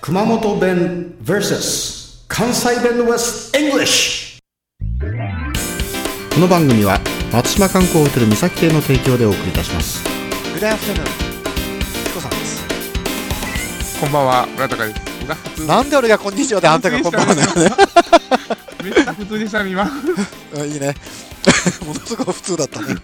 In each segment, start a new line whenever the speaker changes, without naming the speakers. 熊本弁 VS 関西弁 West English この番組は松島観光ホテル三崎邸の提供でお送りいたします
グラフタヌーンチコさんです
こんばんは、村高です。うわ、普通
なんで俺がこんにちはであんたがこんばんはだ よね
めっちゃ普通でしたね、今。
うんいいねものすごく普通だったね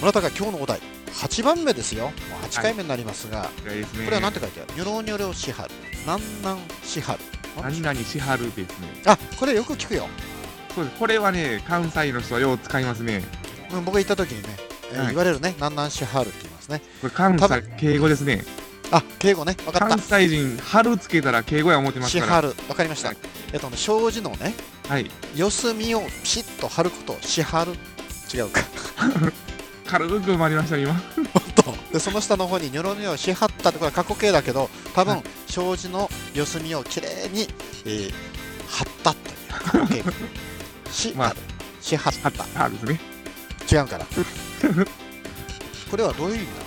村田が今日のお題8番目ですよもう8回目になりますが、
これ
これは何て書いてあるニョロニョロしはるなんなんしはる
何々しはるですね。
あこれよく聞くよ、
そうです。これはね、関西の人はよう使いますね。
うん、僕が行った時にね、えー
はい
言われるねなんなんしはるって言いますね
これ関
多
西、敬語ですね。
あ敬語ね分かっ
関西人、春つけたら敬語や思って
た
ま
し
す
は
か
る分かりました、
はい
えっとね障子のね
ら。はい。
四隅をピシッと貼ることをしはる違うか
軽く埋まりましたね、今。
でその下の方にニョロニョロしはったってこれは過去形だけど多
は
分障子の四隅をきれいに、えー貼ったという過去形し,、
まあ
しはっ
はった、はですね。
た違うから これはどういう意味なの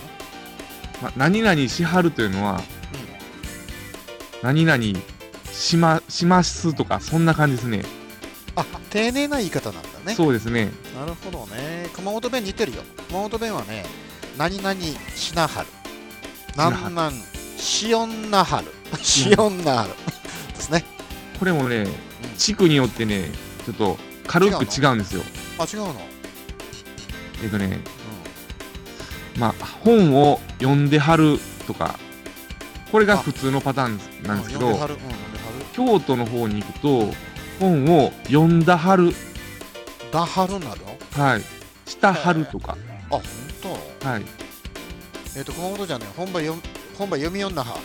まあ、何々しはるというのは、何々しま、しますとか、そんな感じですね。
あ丁寧な言い方なんだね
そうですね。
なるほどね熊本弁似てるよ熊本弁はね何々しなはる
なは
な
る
んなんしおんなはるしおんなはるですね
これもね、地区によってね、ちょっと軽く違うんですよ。
あ違うの、うん、
えっとね、まあ、本を読んではるとか、これが普通のパターンなんですけ
うん呼んではる
ど、
うん呼んではる
京都の方に行くと、本を読んだはる、
だはるなど
はい、したはるとか、
あ、本当。
はい、
えっ、と、熊本じゃね、本場よ、本場読み女 派。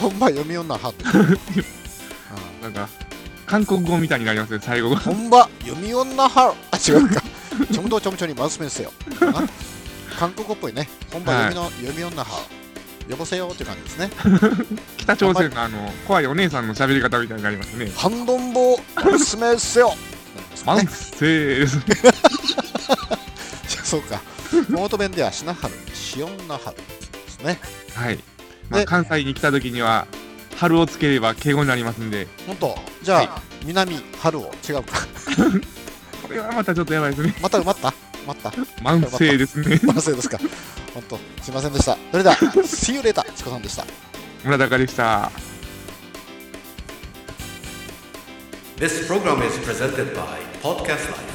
本場読み女派って。うん
なんか、韓国語みたいになりますね、最 後が。
本場読み女派。あ、違うか。ちょむどちょむちょにマウスメンスよ。な韓国語っぽいね。本場読みの、読み女派。呼ばせようっていう感じですね。
北朝鮮のあの、怖いお姉さんの喋り方みたいになりますね。
ハンドンボー、マウスメンスよ。ってなりますか
マン
ね
セーです。
そうか。熊本弁ではしなはる、しおんなはる。ですね。
はい。まあ、
で
関西に来た時には、春をつければ敬語になりますんで、
本当。じゃあ、
は
南春を違うか。
これはまたちょっとやばいで すね。
また埋まった。埋まった。
マンセーで すね。
反省ですか。本当、すみませんでした。それで は、See you later、チコさんでした。
村高でした。
This program is presented by Podcast Life.